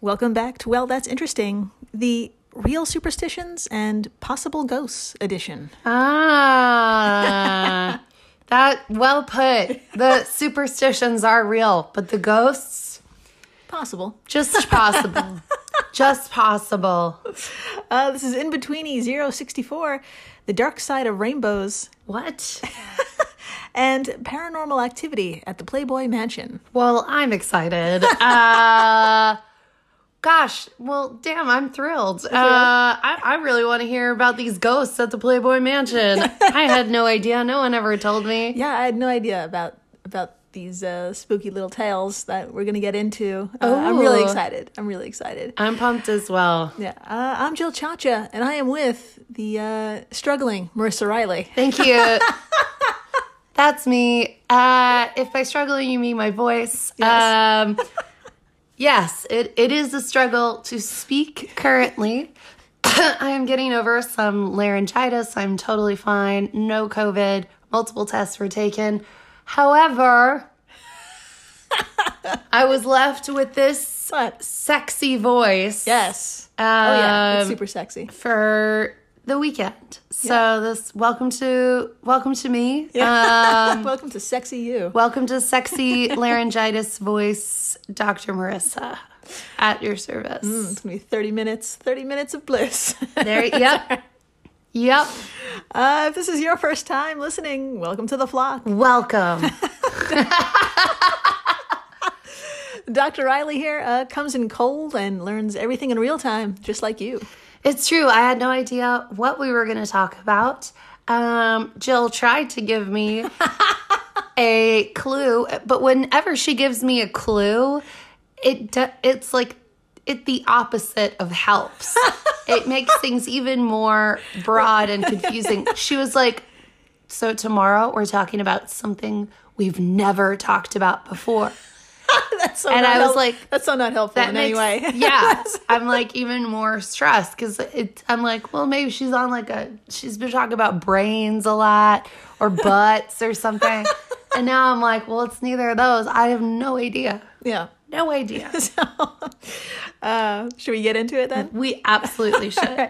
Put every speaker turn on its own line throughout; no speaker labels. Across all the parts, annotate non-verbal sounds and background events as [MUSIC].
Welcome back to Well, That's Interesting, the Real Superstitions and Possible Ghosts edition.
Ah, [LAUGHS] that well put. The superstitions are real, but the ghosts
Possible.
just possible, just possible.
Uh, this is In Betweeny 064, The Dark Side of Rainbows,
What?
and Paranormal Activity at the Playboy Mansion.
Well, I'm excited. Uh, gosh, well, damn, I'm thrilled. Uh, I, I really want to hear about these ghosts at the Playboy Mansion. I had no idea. No one ever told me.
Yeah, I had no idea about about these uh, spooky little tales that we're going to get into. Uh, I'm really
Oh.
excited. I'm really excited.
I'm pumped as well.
Yeah, uh, I'm Jill Chacha, and I am with the uh, struggling Marissa Riley.
Thank you. [LAUGHS] That's me. Uh, if by struggling you mean my voice,
Yes.
um, yes, it, it is a struggle to speak currently. [COUGHS] I am getting over some laryngitis. I'm totally fine. No COVID. Multiple tests were taken.
[LAUGHS]
However, I was left with this
But
sexy voice.
yes, oh yeah, it's
Um,
super sexy.
for the weekend. So this welcome to welcome to me. Uh,
[LAUGHS] Welcome to sexy you.
Welcome to sexy laryngitis voice, Dr. Marissa, at your service.
It's gonna be 30 minutes, 30 minutes of bliss. [LAUGHS]
There, yep, yep.
uh, if this is your first time listening, welcome to the flock.
Welcome.
Dr. Riley here uh, comes in cold and learns everything in real time, just like you. [LAUGHS]
It's true. I had no idea what we were going to talk about. Um, Jill tried to give me a clue, but whenever she gives me a clue, it do- it's like it the opposite of helps. it makes things even more broad and confusing. She was like, "So tomorrow we're talking about something we've never talked about before."
That's so
And
not
I was
help-
like,
that's so not helpful in any way.
[LAUGHS]
[LAUGHS]
yeah, I'm like even more stressed because it. I'm like, well, maybe she's on like a. She's been talking about brains a lot or [LAUGHS] butts or something, and now I'm like, well, it's neither of those. I have no idea.
yeah. [LAUGHS]
No idea.
Uh, should we get into it then?
We [LAUGHS] absolutely should.
All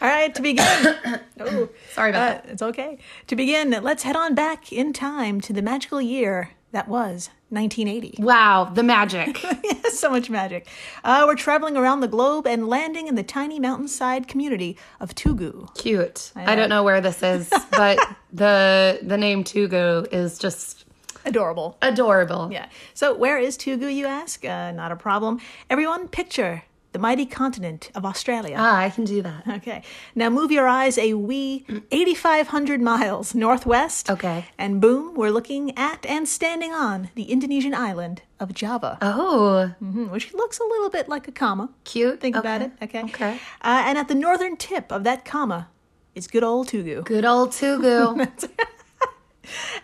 right, to begin. [COUGHS]
[COUGHS]
Oh.
Sorry about
Uh, it's okay. To begin, let's head on back in time to the magical year that was 1980.
that. Uh, Wow, the [LAUGHS] magic.
[LAUGHS] so much magic. Uh, we're traveling around the globe and landing in the tiny mountainside community of Tugu.
Cute. I, don't know where this is, [LAUGHS] but the the name Tugu is just
Adorable.
adorable.
Yeah. So, where is Tugu, you ask? Uh, not a problem. Everyone, picture the mighty continent of Australia.
Ah, I can do that. [LAUGHS]
Okay. Now move your eyes a wee 8,500 miles northwest.
Okay.
And boom, we're looking at and standing on the Indonesian island of Java.
Oh,
Mhm, which looks a little bit like a comma.
cute.
Think about
Okay.
it. Okay.
Okay.
Uh, and at the northern tip of that comma is good old Tugu.
Good old Tugu.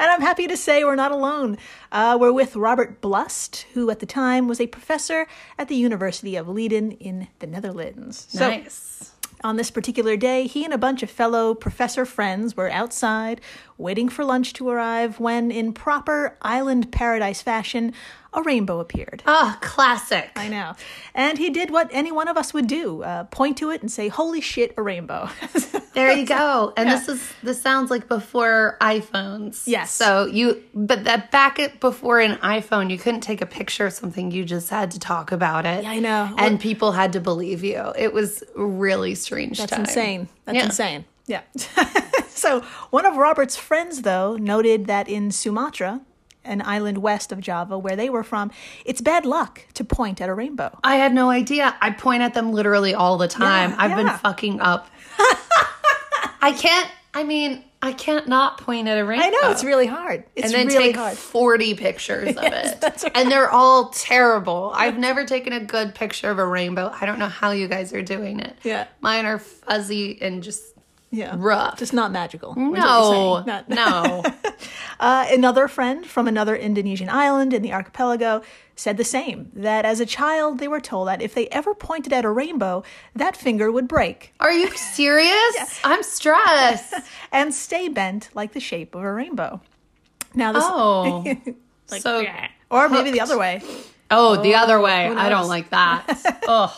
And I'm happy to say we're not alone. Uh, we're with Robert Blust, who at the time was a professor at the University of Leiden in the Netherlands. So
[LAUGHS] nice.
on this particular day, he and a bunch of fellow professor friends were outside waiting for lunch to arrive when, in proper island paradise fashion, a rainbow appeared.
Ah, classic.
I know. And he did what any one of us would do uh, point to it and say, Holy shit, a rainbow. [LAUGHS]
There you go. And this is this sounds like before iPhones.
Yes.
So you but that back at before an iPhone, you couldn't take a picture of something. You just had to talk about it.
Yeah, I know.
And people had to believe you. It was really strange.
That's
time.
insane. That's
Yeah.
insane. Yeah. [LAUGHS] so one of Robert's friends, though, noted that in Sumatra, an island west of Java where they were from, it's bad luck to point at a rainbow.
I had no idea. I point at them literally all the time.
Yeah,
I've been
yeah. [LAUGHS]
fucking up. I can't I mean, I can't not point at a rainbow.
I know, it's really hard. It's
and then
really
take
hard.
40
[LAUGHS]
pictures of it.
that's right.
And they're all terrible. I've never taken a good picture of a rainbow. I don't know how you guys are doing it.
Yeah.
Mine are fuzzy and just
Yeah.
rough.
Just not magical. is what you're
no.
saying. Not-
no.
[LAUGHS] Uh, another friend from another Indonesian island in the archipelago said the same that as a child they were told that if they ever pointed at a rainbow, that finger would break
Are you serious?
[LAUGHS]
I'm stressed.
and stay bent like the shape of a rainbow. Now, this,
Oh. so
or maybe the
hooked.
other way.
Oh, the other way. I don't
[LAUGHS]
like that. Ugh.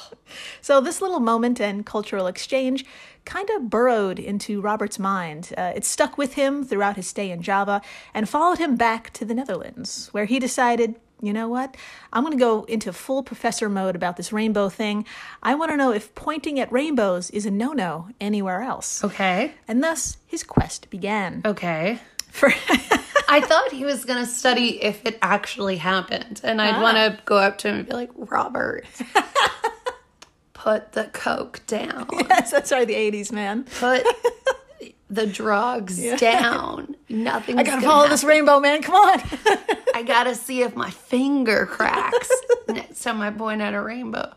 So, this little moment and cultural exchange kind of burrowed into Robert's mind. Uh, it stuck with him throughout his stay in Java and followed him back to the Netherlands, where he decided, you know what? I'm going to go into full professor mode about this rainbow thing. I want to know if pointing at rainbows is a no no anywhere else.
Okay.
And thus, his quest began. [LAUGHS]
Okay.
For- [LAUGHS]
I thought he was going to study if it actually happened. And I'd want
Ah.
to go up to him and be like,
[LAUGHS]
Robert, put the Coke down.
yes, that's right, the 80s, man.
Put the drugs down. Nothing's
I gotta follow this rainbow, man. Come on.
I got to see if my finger
[LAUGHS]
cracks next time I point at a rainbow.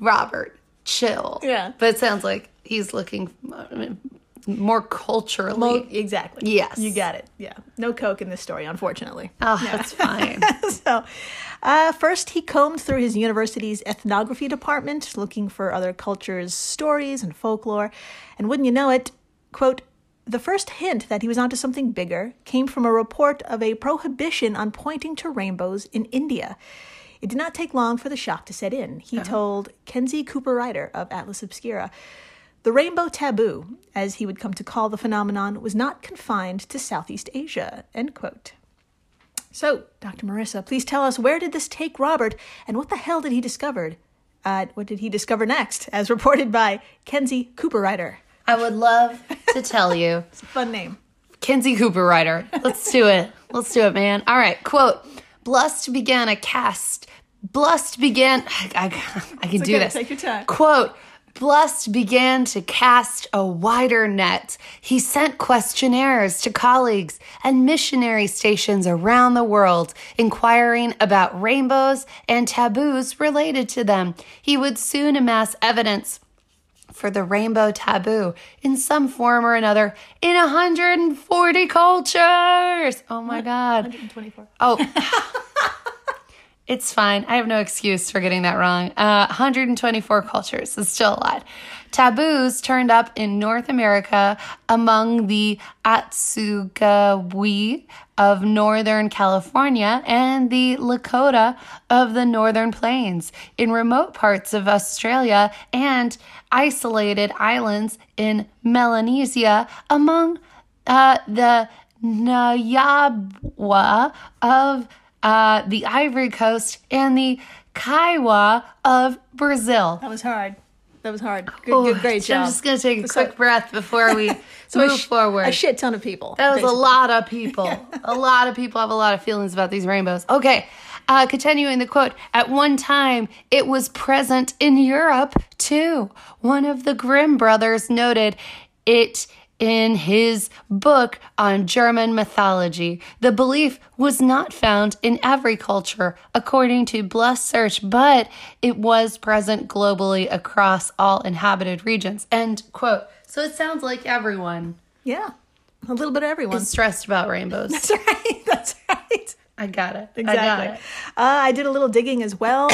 Robert, chill.
Yeah.
But it sounds like he's looking m- more culturally.
[LAUGHS] Well, exactly.
Yes.
You got it. Yeah. No Coke in this story, unfortunately.
oh,
[LAUGHS]
that's fine.
so, uh, first, he combed through his university's ethnography department looking for other cultures' stories and folklore. And wouldn't you know it, quote, the first hint that he was onto something bigger came from a report of a prohibition on pointing to rainbows in India. It did not take long for the shock to set in. He told Kenzie Cooper Ryder of Atlas Obscura. The rainbow taboo, as he would come to call the phenomenon, was not confined to Southeast Asia. End quote. So, Dr. Marissa, please tell us where did this take Robert, and what the hell did he discover? Uh, what did he discover next, as reported by Kenzie Cooper Ryder?
I would love to tell you.
Fun name.
Kenzie Cooper Ryder. Let's do it. Let's do it, man. All right. Quote Blust began a cast. Blust began. [SIGHS] I, I, I can do
okay,
this.
take your time.
Quote Blust began to cast a wider net. He sent questionnaires to colleagues and missionary stations around the world, inquiring about rainbows and taboos related to them. He would soon amass evidence for the rainbow taboo in some form or another in 140 cultures. Oh my God.
24.
Oh. It's fine. I have no excuse for getting that wrong. Uh, 124 cultures is still a lot. Taboos turned up in North America among the Atsugawi of Northern California and the Lakota of the Northern Plains, in remote parts of Australia and isolated islands in Melanesia among uh, the Nyabwa of uh, the Ivory Coast, and the Kaiwa of Brazil.
That was hard. That was hard. Good, good great
So
job.
I'm just going to take a
So-
quick breath
[LAUGHS]
before we
a
move
sh-
forward.
A shit ton of people.
that was
basically.
a lot of people. a lot of people have a lot of feelings about these rainbows. Okay. Uh, continuing the quote, at one time it was present in Europe too. One of the Grimm brothers noted it in his book on German mythology. The belief was not found in every culture, according to Bluss Search, but it was present globally across all inhabited regions. End quote. So it sounds like everyone
Yeah. A little bit of everyone.
stressed about rainbows.
That's [LAUGHS] right. That's right.
I got it. I got
Exactly.
it.
Uh, I did a little digging as [COUGHS] well.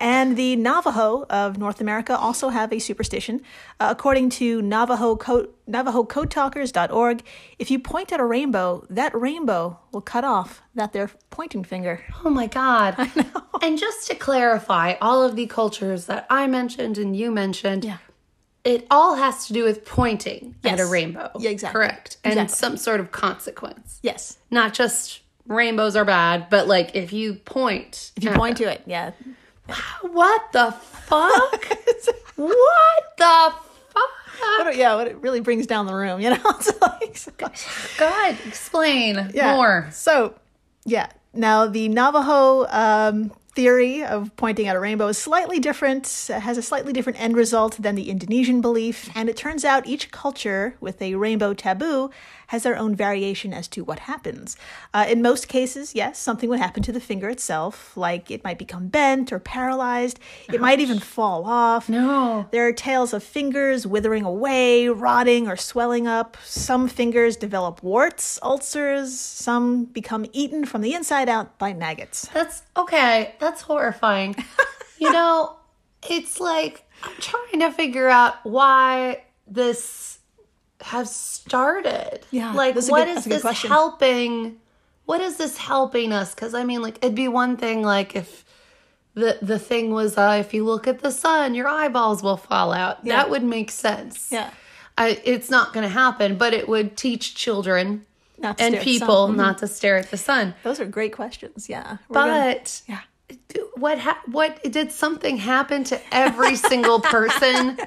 and the Navajo of North America also have a superstition. Uh, according to Navajo Co- NavajoCodeTalkers.org, if you point at a rainbow, that rainbow will cut off that their pointing finger.
Oh
[LAUGHS]
my God. And just to clarify, all of the cultures that I mentioned and you mentioned,
Yeah.
it all has to do with pointing at a
Yes.
rainbow.
Yeah, exactly.
Correct. And
Exactly.
some sort of consequence.
Yes.
Not just rainbows are bad, but like if you point.
If you point to it, yeah. [LAUGHS]
What the fuck? [LAUGHS] what the fuck?
What it- yeah, what it really brings down the room, you know? [LAUGHS] It's like-
God, explain
Yeah.
more.
So, yeah. Now, the Navajo um, theory of pointing at a rainbow is slightly different, uh, has a slightly different end result than the Indonesian belief. And it turns out each culture with a rainbow taboo has their own variation as to what happens. Uh, in most cases, yes, something would happen to the finger itself, like it might become bent or paralyzed, it might even fall off.
No.
There are tales of fingers withering away, rotting, or swelling up. Some fingers develop warts, ulcers. Some become eaten from the inside out by maggots.
That's okay.
[LAUGHS]
That's horrifying. you know, it's like I'm trying to figure out why this has started.
Yeah,
Like,
that's a
what
good-
is
that's a good
this
question.
helping? What is this helping us? Because I mean, like, it'd be one thing, like, if the the thing was uh, if you look at the sun, your eyeballs will fall out.
Yeah.
That would make sense.
Yeah.
I, it's not going to happen, but it would teach children
Not to
and
stare at the sun. Mm-hmm.
people not to stare at the sun.
Those are great questions. Yeah. We're gonna-
But
yeah.
what ha- what did something happen to every single [LAUGHS] person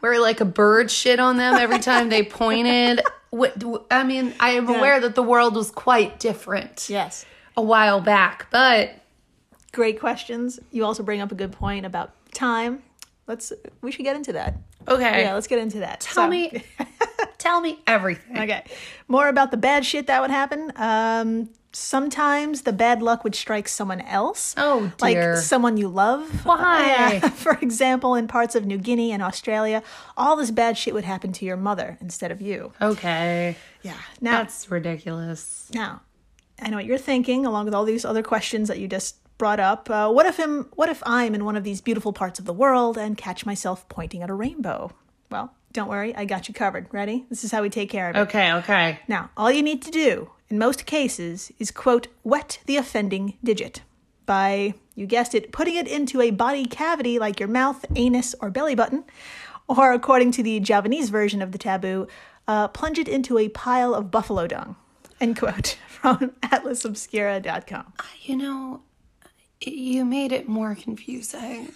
where like a bird shit on them every time they pointed? What, I mean, I am aware that the world was quite different
Yes.
a while back, but
Great questions. You also bring up a good point about time. Let's we should get into that.
okay.
Yeah, let's get into that.
tell
So-
me, [LAUGHS] tell me everything.
Okay. More about the bad shit that would happen. Um, sometimes the bad luck would strike someone else.
Oh, dear.
Like someone you love.
Why?
[LAUGHS] Yeah. For example, in parts of New Guinea and Australia, all this bad shit would happen to your mother instead of you.
Okay,
Yeah. Now,
that's ridiculous.
now, I know what you're thinking, along with all these other questions that you just brought up. Uh, what if I'm, What if I'm in one of these beautiful parts of the world and catch myself pointing at a rainbow? Well, don't worry, I got you covered. Ready? This is how we take care of it.
Okay, okay.
Now, all you need to do in most cases is quote, wet the offending digit by, you guessed it, putting it into a body cavity like your mouth, anus, or belly button, or according to the Javanese version of the taboo, uh, plunge it into a pile of buffalo dung. End quote [LAUGHS] from atlasobscura.com.
You know, you made it more confusing.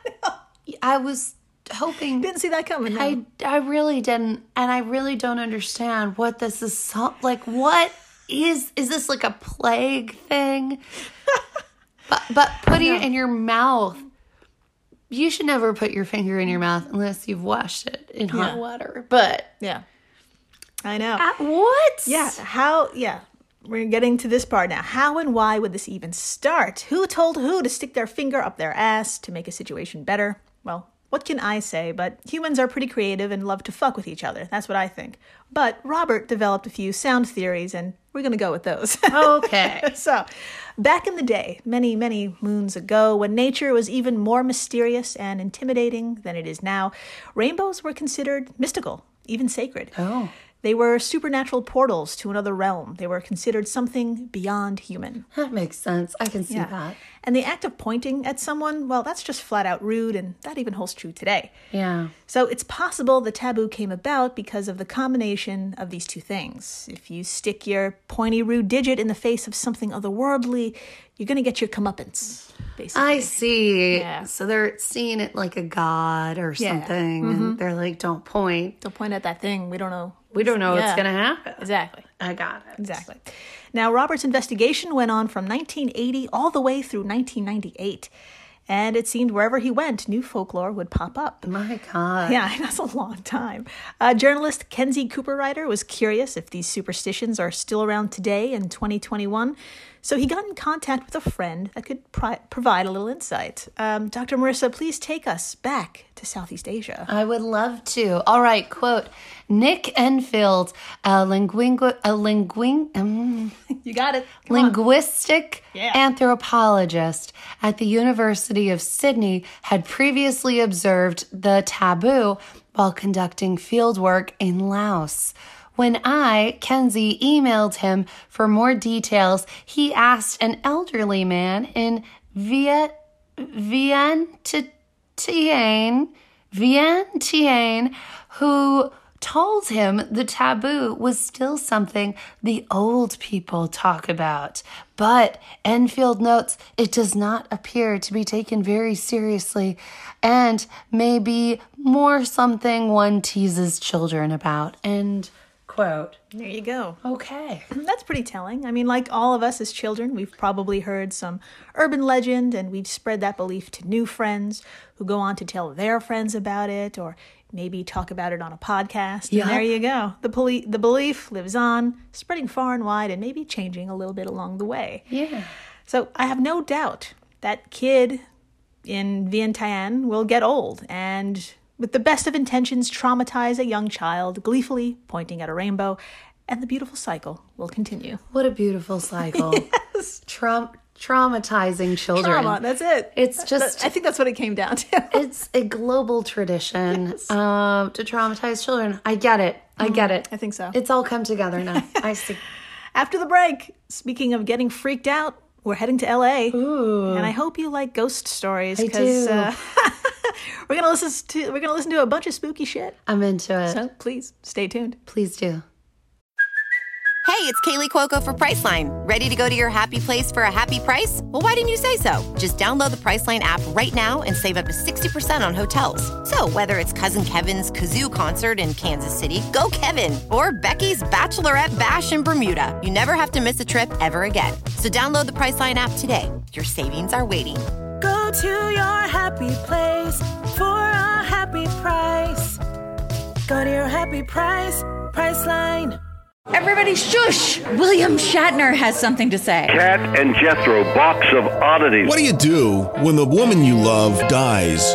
[LAUGHS] I was hoping
Didn't see that coming. no.
I I really didn't, and I really don't understand what this is. So, like, what is is this like a plague [LAUGHS] thing? but but putting it in your mouth, you should never put your finger in your mouth unless you've washed it in hot
Yeah.
water. But
yeah. I know.
uh, what? [LAUGHS]
Yeah, how, yeah, we're getting to this part now. How and why would this even start? Who told who to stick their finger up their ass to make a situation better? Well, what can I say? But humans are pretty creative and love to fuck with each other. That's what I think. But Robert developed a few sound theories, and we're going to go with those. [LAUGHS]
Oh. Okay.
so, back in the day, many, many moons ago, when nature was even more mysterious and intimidating than it is now, rainbows were considered mystical, even sacred.
Oh.
They were supernatural portals to another realm. They were considered something beyond human.
that makes sense. I can see that.
And the act of pointing at someone, well, that's just flat out rude, and that even holds true today.
Yeah.
So it's possible the taboo came about because of the combination of these two things. If you stick your pointy rude digit in the face of something otherworldly, you're going to get your comeuppance, basically.
I see.
Yeah.
So they're seeing it like a god or
Yeah.
something, and they're like, "Don't point.
Don't point at that thing. We don't know.
We don't know
Yeah.
what's gonna happen."
Exactly.
I got it.
Exactly. Now, Robert's investigation went on from 1980 all the way through 1998. And it seemed wherever he went, new folklore would pop up.
My God.
Yeah, [LAUGHS] that's a long time. Uh, journalist Kenzie Cooper Ryder was curious if these superstitions are still around today in 2021. So he got in contact with a friend that could pri- provide a little insight. Um, Dr. Marissa, please take us back to Southeast Asia.
I would love to. All right, quote Nick Enfield, a, linguingu- a linguing, um,
[LAUGHS] You got it.
linguistic
Yeah.
anthropologist at the University of Sydney, had previously observed the taboo while conducting fieldwork in Laos. When I, Kenzie, emailed him for more details, he asked an elderly man in Viet Vientiane, Vientiane, who told him the taboo was still something the old people talk about. But Enfield notes it does not appear to be taken very seriously and may be more something one teases children about. End quote.
There you go.
Okay.
That's pretty telling. I mean, like all of us as children, we've probably heard some urban legend and we've spread that belief to new friends who go on to tell their friends about it or maybe talk about it on a podcast.
Yeah.
And there you go. The, poli- the belief lives on, spreading far and wide and maybe changing a little bit along the way.
Yeah.
So I have no doubt that kid in Vientiane will get old and, with the best of intentions, traumatize a young child, gleefully pointing at a rainbow, and the beautiful cycle will continue.
What a beautiful [LAUGHS] cycle. Traum- traumatizing children.
Trauma, that's it.
It's
That-
just-
I think that's what it came down to. [LAUGHS]
it's a global tradition um, to traumatize children. I get it. I get it.
Mm-hmm. I think so. [LAUGHS]
It's all come together now. I see.
After the break, speaking of getting freaked out, we're heading to LA. And I hope you like ghost stories
do.
uh, [LAUGHS] we're gonna listen to we're gonna listen to a bunch of spooky shit.
I'm into it.
So please stay tuned.
Please do.
Hey, it's Kaylee Cuoco for Priceline. Ready to go to your happy place for a happy price? Well, why didn't you say so? Just download the Priceline app right now and save up to 60% on hotels. So, whether it's Cousin Kevin's Kazoo concert in Kansas City, go Kevin, or Becky's Bachelorette Bash in Bermuda, you never have to miss a trip ever again. So, download the Priceline app today. Your savings are waiting.
Go to your happy place for a happy price. Go to your happy price, Priceline.
Everybody, shush! William Shatner has something to say.
Cat and Jethro Box of Oddities.
What do you do when the woman you love dies?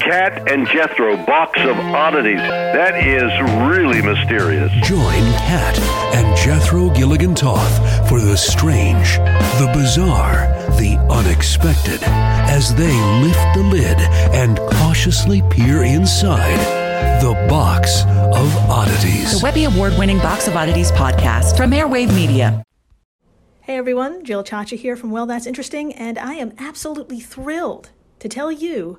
Cat and Jethro Box of Oddities. That is really mysterious.
Join Kat and Jethro Gilligan Toth for the strange, the bizarre, the unexpected as they lift the lid and cautiously peer inside the box of oddities.
The Webby Award winning Box of Oddities podcast from Airwave Media.
Hey everyone, Jill Chacha here from Well That's Interesting, and I am absolutely thrilled to tell you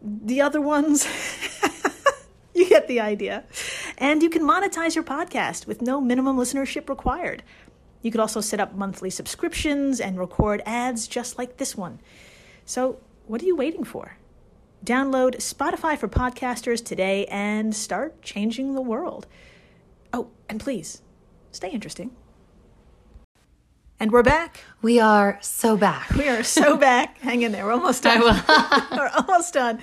the other ones. [LAUGHS] you get the idea. And you can monetize your podcast with no minimum listenership required. You could also set up monthly subscriptions and record ads just like this one. So, what are you waiting for? Download Spotify for podcasters today and start changing the world. Oh, and please stay interesting. And we're back.
We are so back.
We are so back. Hang in there. We're almost done. [LAUGHS] we're almost done.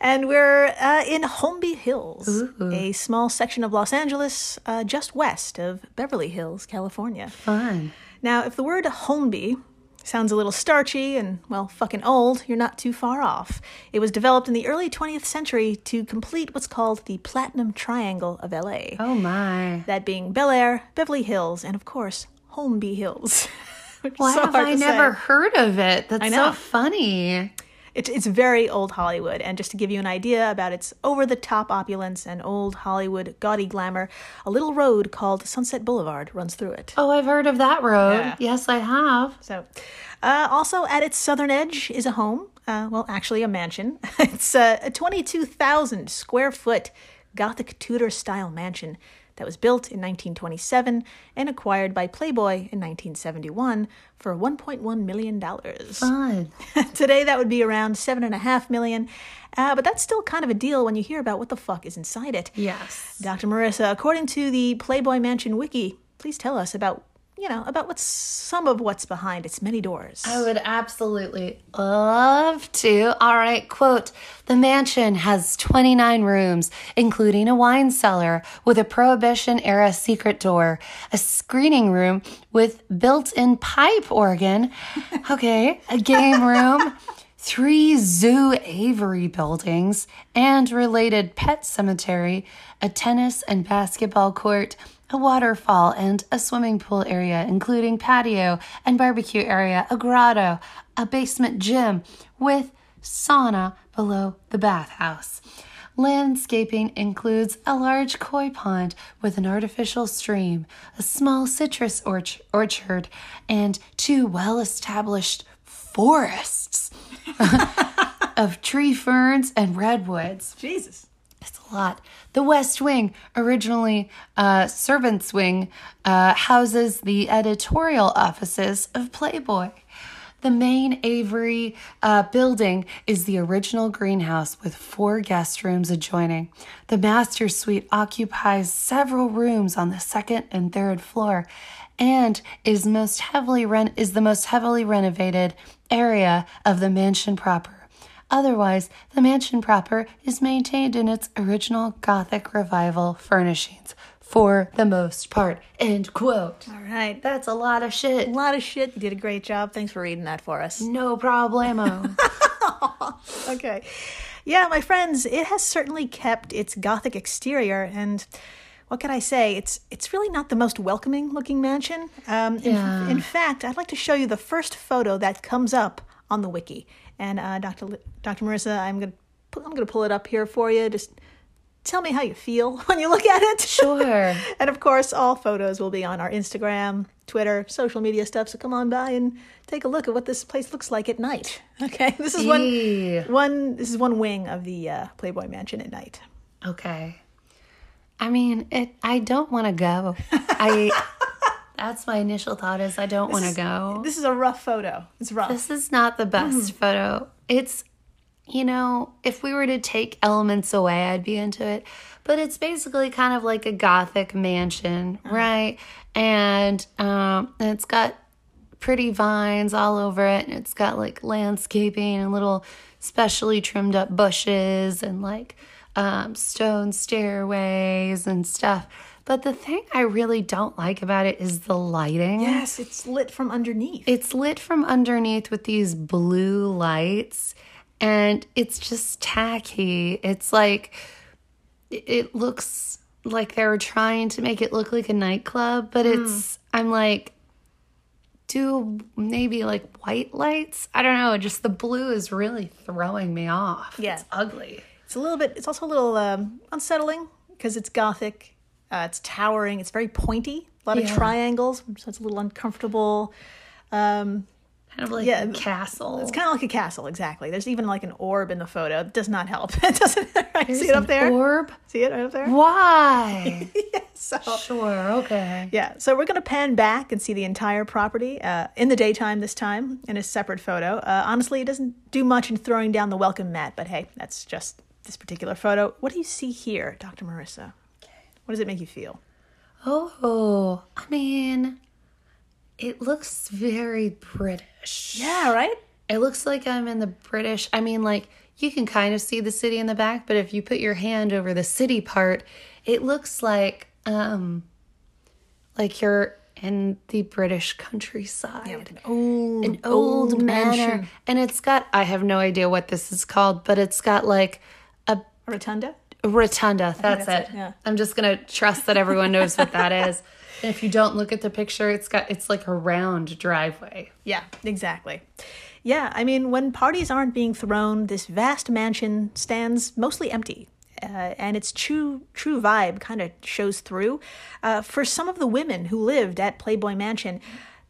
And we're uh, in Holmby Hills, a small section of Los Angeles uh, just west of Beverly Hills, California.
Fun.
Now, if the word Holmby sounds a little starchy and, well, fucking old, you're not too far off. It was developed in the early 20th century to complete what's called the Platinum Triangle of LA.
Oh my.
That being Bel Air, Beverly Hills, and of course, Holmby Hills. [LAUGHS] Which is
Why
so
have
hard
I
to say.
never heard of it? That's
I know.
so funny.
It's, it's very old Hollywood, and just to give you an idea about its over the top opulence and old Hollywood gaudy glamour, a little road called Sunset Boulevard runs through it.
Oh, I've heard of that road.
Yeah.
Yes, I have.
So, uh, also at its southern edge is a home. Uh, well, actually, a mansion. [LAUGHS] it's uh, a, a 22,000 square foot Gothic Tudor style mansion that was built in 1927 and acquired by Playboy in 1971 for 1.1 million dollars.
Fun.
[LAUGHS] Today, that would be around seven and a half million, uh, but that's still kind of a deal when you hear about what the fuck is inside it.
Yes.
Dr. Marissa, according to the Playboy Mansion wiki, please tell us about, you know, about what's some of what's behind its many doors.
I would absolutely love to. All right, quote The mansion has 29 rooms, including a wine cellar with a Prohibition era secret door, a screening room with built in pipe organ, okay, a game room, three zoo aviary buildings, and related pet cemetery, a tennis and basketball court, a waterfall and a swimming pool area, including patio and barbecue area, a grotto, a basement gym with sauna below the bathhouse. Landscaping includes a large koi pond with an artificial stream, a small citrus orch- orchard, and two well established forests of tree ferns and redwoods
Jesus.
a lot. The West Wing, originally uh, Servants Wing, uh, houses the editorial offices of Playboy. The main Avery uh, building is the original greenhouse with four guest rooms adjoining. The master suite occupies several rooms on the second and third floor and is most heavily ren- is the most heavily renovated area of the mansion proper. Otherwise, the mansion proper is maintained in its original Gothic revival furnishings for the most part. End quote.
All right.
That's a lot of shit. A
lot of shit. You did a great job. Thanks for reading that for us.
No problemo.
okay. Yeah, my friends, it has certainly kept its Gothic exterior and what can I say? It's it's really not the most welcoming looking mansion. Um, in,
Yeah.
in fact, I'd like to show you the first photo that comes up on the wiki. And uh, Dr. Li- Dr. Marissa, I'm gonna pu- I'm gonna pull it up here for you. Just tell me how you feel [LAUGHS] when you look at it.
sure.
[LAUGHS] And of course, all photos will be on our Instagram, Twitter, social media stuff. So come on by and take a look at what this place looks like at night. [LAUGHS] Okay, this is
Yeah.
one one. This is one wing of the uh, Playboy Mansion at night.
Okay. I mean, it. I don't want to go. I. That's my initial thought is I don't want to go.
This is a rough photo. It's rough.
This is not the best photo. It's, you know, if we were to take elements away, I'd be into it. But it's basically kind of like a gothic mansion, right? And um, it's got pretty vines all over it, and it's got like landscaping and little specially trimmed up bushes and like um, stone stairways and stuff. But the thing I really don't like about it is the lighting.
yes, it's lit from underneath.
It's lit from underneath with these blue lights, and it's just tacky. It's like it- it looks like they were trying to make it look like a nightclub, but
Hmm.
it's I'm like do maybe like white lights. I don't know. Just the blue is really throwing me off.
Yeah.
It's ugly.
It's a little bit. It's also a little um, unsettling because it's gothic. Uh, it's towering. It's very pointy. A lot of
Yeah.
triangles, so it's a little uncomfortable. Um,
Kind of like
Yeah,
a castle.
It's kind of like a castle, exactly. There's even like an orb in the photo. It does not help. [LAUGHS] It doesn't. Right? See it up there?
orb.
See it right up there?
Why?
[LAUGHS] So,
sure. Okay.
yeah. So we're going to pan back and see the entire property uh, in the daytime this time in a separate photo. Uh, honestly, it doesn't do much in throwing down the welcome mat, but hey, that's just this particular photo. What do you see here, Dr. Marissa? What does it make you feel?
Oh, I mean, it looks very British.
Yeah, right?
It looks like I'm in the British. I mean, like, you can kind of see the city in the back, but if you put your hand over the city part, it looks like, um, like you're in the British countryside. an old, an old, manor. And it's got, I have no idea what this is called, but it's got like a
A rotunda?
Rotunda. That's, it.
yeah.
I'm just gonna trust that everyone knows what
[LAUGHS]
that is. And if you don't look at the picture, it's got it's like a round driveway.
Yeah, exactly. Yeah, I mean, when parties aren't being thrown, this vast mansion stands mostly empty. Uh, and its true true vibe kind of shows through. Uh, for some of the women who lived at Playboy Mansion,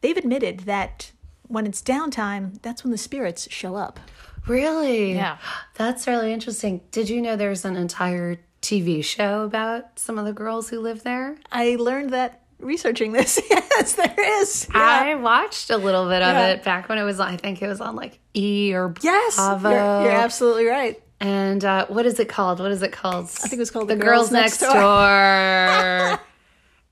they've admitted that when it's downtime, that's when the spirits show up.
Really?
Yeah.
That's really interesting. Did you know there's an entire TV show about some of the girls who live there?
I learned that researching this. [LAUGHS] yes, there is. Yeah.
I watched a little bit of
Yeah.
it back when it was on, I think it was on like E or
yes, you're,
Bravo.
you're absolutely right.
and uh, what is it called? What is it called? I
think it was called
The, Girls, Next Door.
[LAUGHS]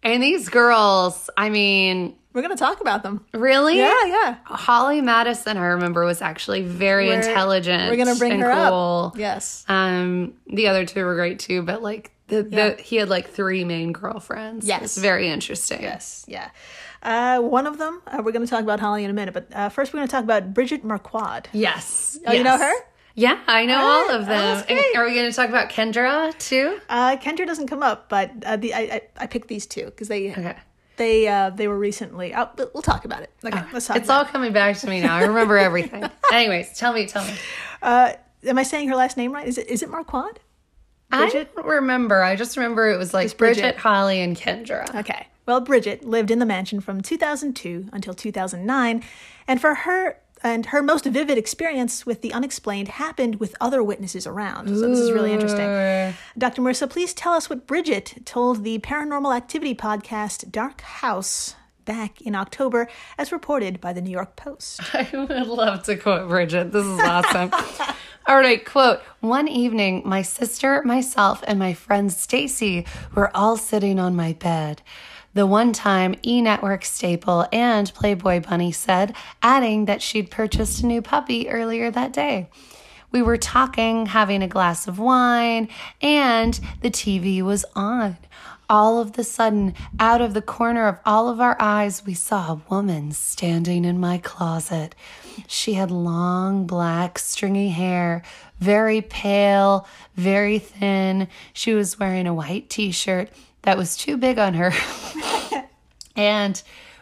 and these girls, I mean,
We're gonna talk about them.
really?
Yeah, yeah.
Holly Madison, I remember, was actually very
We're-
intelligent.
We're gonna bring
and
her
cool.
up. Yes.
Um, the other two were great too, but like the, the he had like three main girlfriends.
Yes.
It's very interesting.
Yes, yeah. Uh, one of them, uh, we're going to talk about Holly in a minute, but uh, first we're going to talk about Bridget Marquand.
Yes.
Oh, you know
yes.
her?
Yeah, I know all
right.
of
Oh,
them.
that's
And
great.
are we going to talk about Kendra too?
Uh, Kendra doesn't come up, but uh, the, I, I, I picked these two because they
Okay.
they uh, they were recently. Uh, but we'll talk about it. Okay, let's talk.
It's
about
all coming back to me now. I
[LAUGHS]
remember everything. Anyways, tell me, tell me.
it. Am I saying her last name right? Is it is it Marquand? Bridget?
I don't remember. I just remember it was like
Just Bridget.
Bridget. Holly, and Kendra.
Okay. Well, Bridget lived in the mansion from 2002 until 2009, and for her and her most vivid experience with the unexplained happened with other witnesses around. So this is really interesting. Dr. Marissa, please tell us what Bridget told the paranormal activity podcast Dark House back in October, as reported by the New York Post. [LAUGHS]
I would love to quote Bridget. This is awesome. All right, quote. One evening, my sister, myself, and my friend Stacy were all sitting on my bed. The one time E Network staple and Playboy Bunny said, adding that she'd purchased a new puppy earlier that day. We were talking, having a glass of wine, and the TV was on. All of the sudden, out of the corner of all of our eyes, we saw a woman standing in my closet. She had long, black, stringy hair, very pale, very thin. She was wearing a white t shirt that was too big on her [LAUGHS] and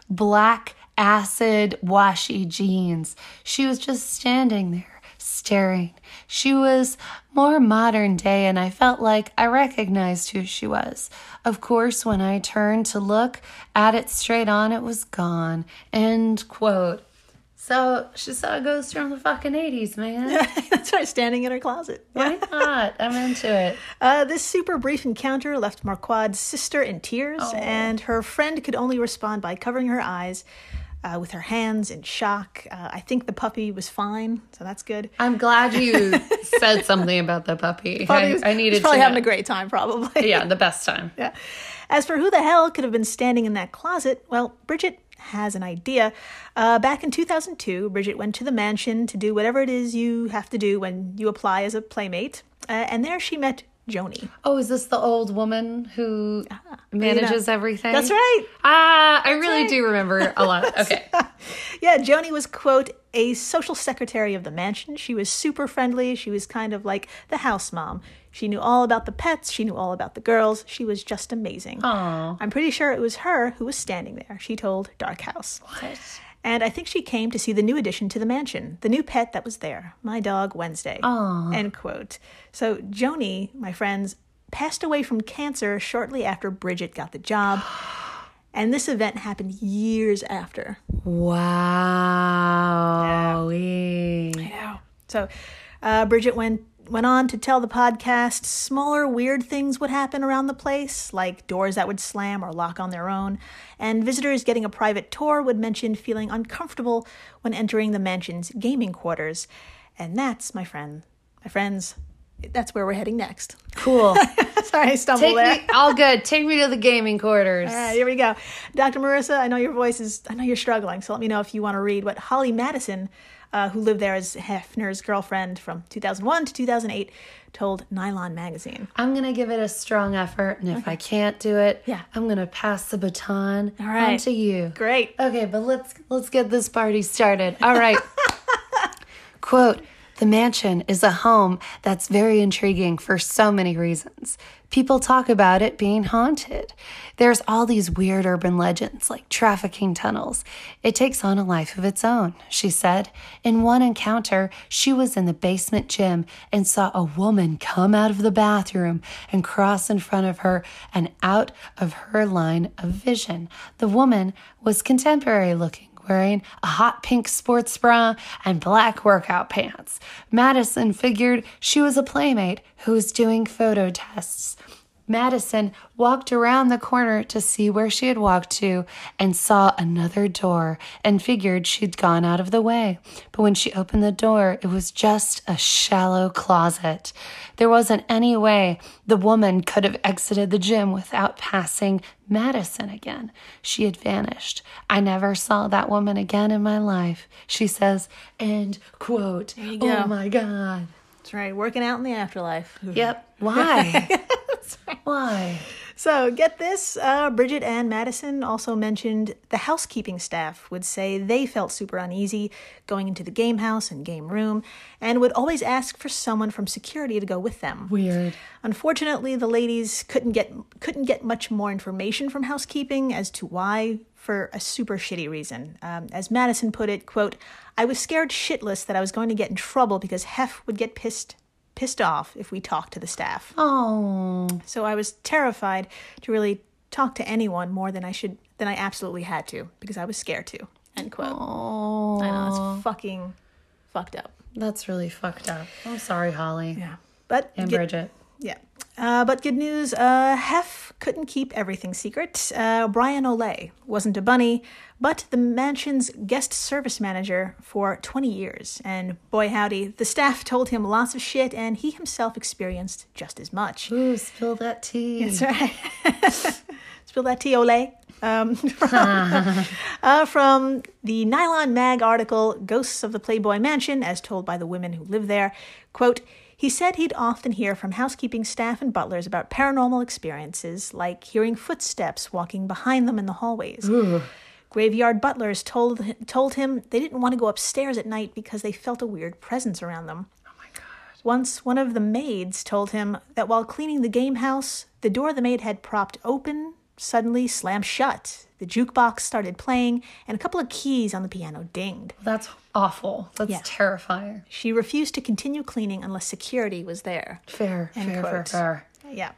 black, acid, washy jeans. She was just standing there staring. She was more modern day, and I felt like I recognized who she was. Of course, when I turned to look at it straight on, it was gone. End quote. So she saw a ghost from the fucking 80s, man.
[LAUGHS] That's right, standing in her closet.
Why not? I'm into it.
Uh, this super brief encounter left Marquard's sister in tears,
Oh.
and her friend could only respond by covering her eyes uh, with her hands in shock. Uh, I think the puppy was fine, so that's good.
I'm glad you
[LAUGHS]
said something about the puppy.
Probably
I,
was-
I
was
needed
probably
to.
having
know.
a great time, probably.
yeah, the best time.
[LAUGHS] Yeah. As for who the hell could have been standing in that closet, well, Bridget has an idea. Uh, back in 2002, Bridget went to the mansion to do whatever it is you have to do when you apply as a playmate, uh, and there she met Joni.
Oh, is this the old woman who
Ah,
manages everything?
That's right.
Ah, I really do remember
[LAUGHS]
a lot. Okay.
Yeah, Joni was, quote, a social secretary of the mansion. She was super friendly. She was kind of like the house mom. She knew all about the pets. She knew all about the girls. She was just amazing. I'm pretty sure it was her who was standing there. She told Dark House. What? And I think she came to see the new addition to the mansion, the new pet that was there, my dog Wednesday. End quote. So Joni, my friends, passed away from cancer shortly after Bridget got the job. And this event happened years after.
Wow.
[LAUGHS] So, uh, Bridget went went on to tell the podcast smaller weird things would happen around the place, like doors that would slam or lock on their own, and visitors getting a private tour would mention feeling uncomfortable when entering the mansion's gaming quarters, and that's my friend, my friends. That's where we're heading next. [LAUGHS]
Cool.
Sorry, I stumbled [LAUGHS]
Take
there.
me all good. Take me to the gaming quarters.
All right, here we go. Dr. Marissa, I know your voice is, I know you're struggling, so let me know if you want to read what Holly Madison, uh, who lived there as Hefner's girlfriend from 2001 to 2008, told Nylon Magazine.
I'm gonna give it a strong effort, and if I can't do it,
Yeah.
I'm gonna pass the baton
All right.
on to you.
Great.
Okay, but let's let's get this party started. All
[LAUGHS]
right. Quote The mansion is a home that's very intriguing for so many reasons. People talk about it being haunted. There's all these weird urban legends like trafficking tunnels. It takes on a life of its own, she said. In one encounter, she was in the basement gym and saw a woman come out of the bathroom and cross in front of her and out of her line of vision. The woman was contemporary looking wearing a hot pink sports bra and black workout pants. Madison figured she was a playmate who was doing photo tests. Madison walked around the corner to see where she had walked to and saw another door and figured she'd gone out of the way. But when she opened the door, it was just a shallow closet. There wasn't any way the woman could have exited the gym without passing Madison again. She had vanished. I never saw that woman again in my life, she says, and quote,
go.
Oh my God.
That's right, working out in the afterlife.
Yep. Why? Why?
So, get this uh, Bridget and Madison also mentioned the housekeeping staff would say they felt super uneasy going into the game house and game room and would always ask for someone from security to go with them.
Weird.
Unfortunately, the ladies couldn't get couldn't get much more information from housekeeping as to why for a super shitty reason. Um, as Madison put it, quote, "I was scared shitless that I was going to get in trouble because Hef would get pissed pissed off if we talked to the staff.
Oh.
So I was terrified to really talk to anyone more than I should than I absolutely had to because I was scared to." End quote. I know it's fucking fucked up.
That's really fucked up. I'm sorry, Holly
Yeah, but
and
get-
Bridget.
Yeah. Uh, but good news, uh, Hef couldn't keep everything secret. Uh, Brian Olay wasn't a bunny, but the mansion's guest service manager for 20 years. And boy howdy, the staff told him lots of shit, and he himself experienced just as much.
Ooh, spill that tea.
That's right. spill that tea, Olay. Um, [LAUGHS] from, uh, from the Nylon Mag article, Ghosts of the Playboy Mansion, as told by the women who live there. Quote, he said he'd often hear from housekeeping staff and butlers about paranormal experiences, like hearing footsteps walking behind them in the hallways. Graveyard butlers told, told him they didn't want to go upstairs at night because they felt a weird presence around them. Once one of the maids told him that while cleaning the game house, the door the maid had propped open suddenly slammed shut. The jukebox started playing, and a couple of keys on the piano dinged.
That's awful. That's
Yeah.
terrifying.
She refused to continue cleaning unless security was there.
Fair,
End
fair, fair,
quote.
fair.
Yeah.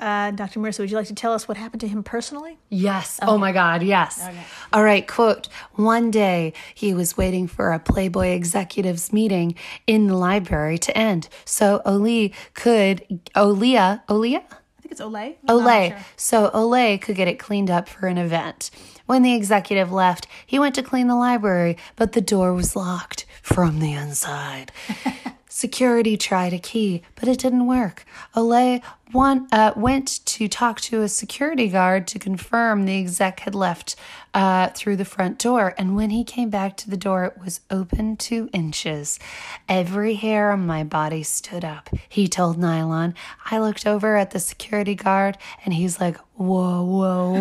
Uh, Dr. Marissa, would you like to tell us what happened to him personally?
Yes. Oh my God. Yes. All right. Quote One day he was waiting for a Playboy executives meeting in the library to end. So Oli could, Olia, Olia?
I think it's Olay.
Olay. So Olay could get it cleaned up for an event. When the executive left, he went to clean the library, but the door was locked from the inside.
[LAUGHS]
Security tried a key, but it didn't work. Olay one, uh, went to talk to a security guard to confirm the exec had left uh, through the front door. And when he came back to the door, it was open two inches. Every hair on my body stood up, he told Nylon. I looked over at the security guard, and he's like, Whoa, whoa,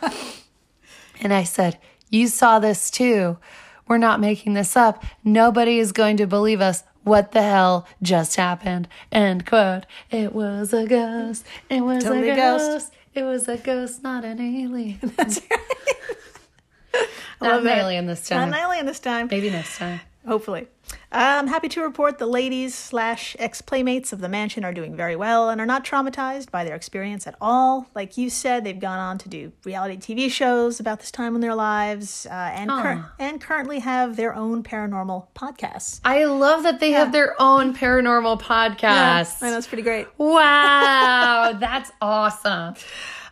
whoa. And I said, You saw this too. We're not making this up. Nobody is going to believe us. What the hell just happened? End quote. It was a ghost. It was
Totally
a
a ghost.
ghost. It was a ghost, not
[LAUGHS]
an alien. That's right. [LAUGHS] not
love
an
that.
alien this
Not
time.
Nylon this time.
Maybe next time.
Hopefully. I'm happy to report the ladies slash ex playmates of the mansion are doing very well and are not traumatized by their experience at all. Like you said, they've gone on to do reality TV shows about this time in their lives uh, and, cur- and currently have their own paranormal podcasts.
I love that they have their own paranormal podcast.
I know it's pretty great.
Wow, that's awesome.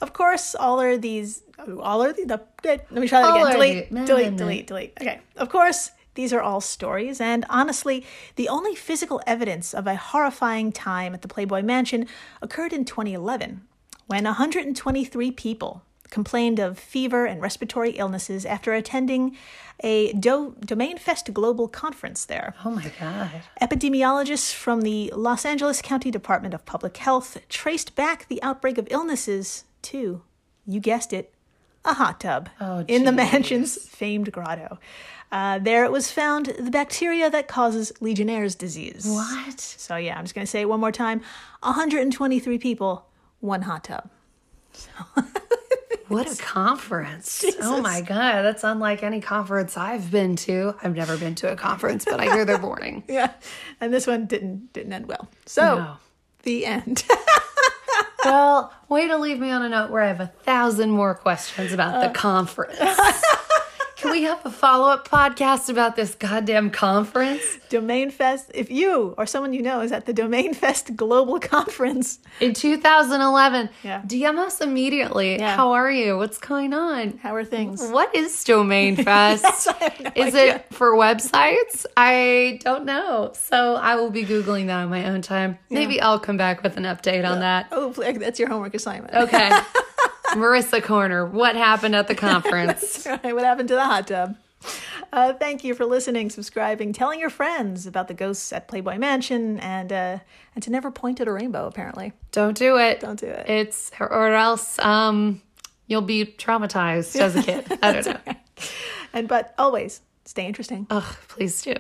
Of course, all are these. All are the. the let me try that
All
again.
are
Delete,
the- no,
delete,
no, no.
delete, delete. Okay. Of course, these are all stories, and honestly, the only physical evidence of a horrifying time at the Playboy Mansion occurred in 2011, when 123 people complained of fever and respiratory illnesses after attending a Do- Domain Fest global conference there.
Oh my God.
Epidemiologists from the Los Angeles County Department of Public Health traced back the outbreak of illnesses to, you guessed it, a hot tub in the mansion's famed grotto. Uh, there it was found the bacteria that causes Legionnaire's disease. What? So, yeah, I'm just going to say it one more time 123 people, one hot tub. [LAUGHS]
What a conference. Oh my God. That's unlike any conference I've been to. I've never been to a conference, but I hear they're boring.
Yeah. And this one didn't didn't end well. So,
No.
the end. [LAUGHS]
Well, way to leave me on a note where I have a thousand more questions about
Uh.
the conference. [LAUGHS] Can we have a follow up podcast about this goddamn conference
Domain Fest. If you or someone you know is at the Domain Fest Global [LAUGHS] Conference,
in 2011?
Yeah.
DM us immediately.
Yeah.
How are you? What's going on?
How are things?
What is
[LAUGHS]
Domain Fest? is it for websites? I don't know. So I will be Googling that on my own time. Maybe I'll come back with an update on that.
Oh, [LAUGHS] pl- that's your homework assignment.
Okay. Marissa Corner, what
[LAUGHS]
happened at the conference?
All [LAUGHS] right, what happened to the hot tub? Uh, thank you for listening, subscribing, telling your friends about the ghosts at Playboy Mansion, and uh, and to never point at a rainbow. Apparently,
Don't do it.
Don't do it.
It's or else um you'll be
[LAUGHS]
traumatized as a kid. I don't know.
and but always stay interesting.
Ugh, please do.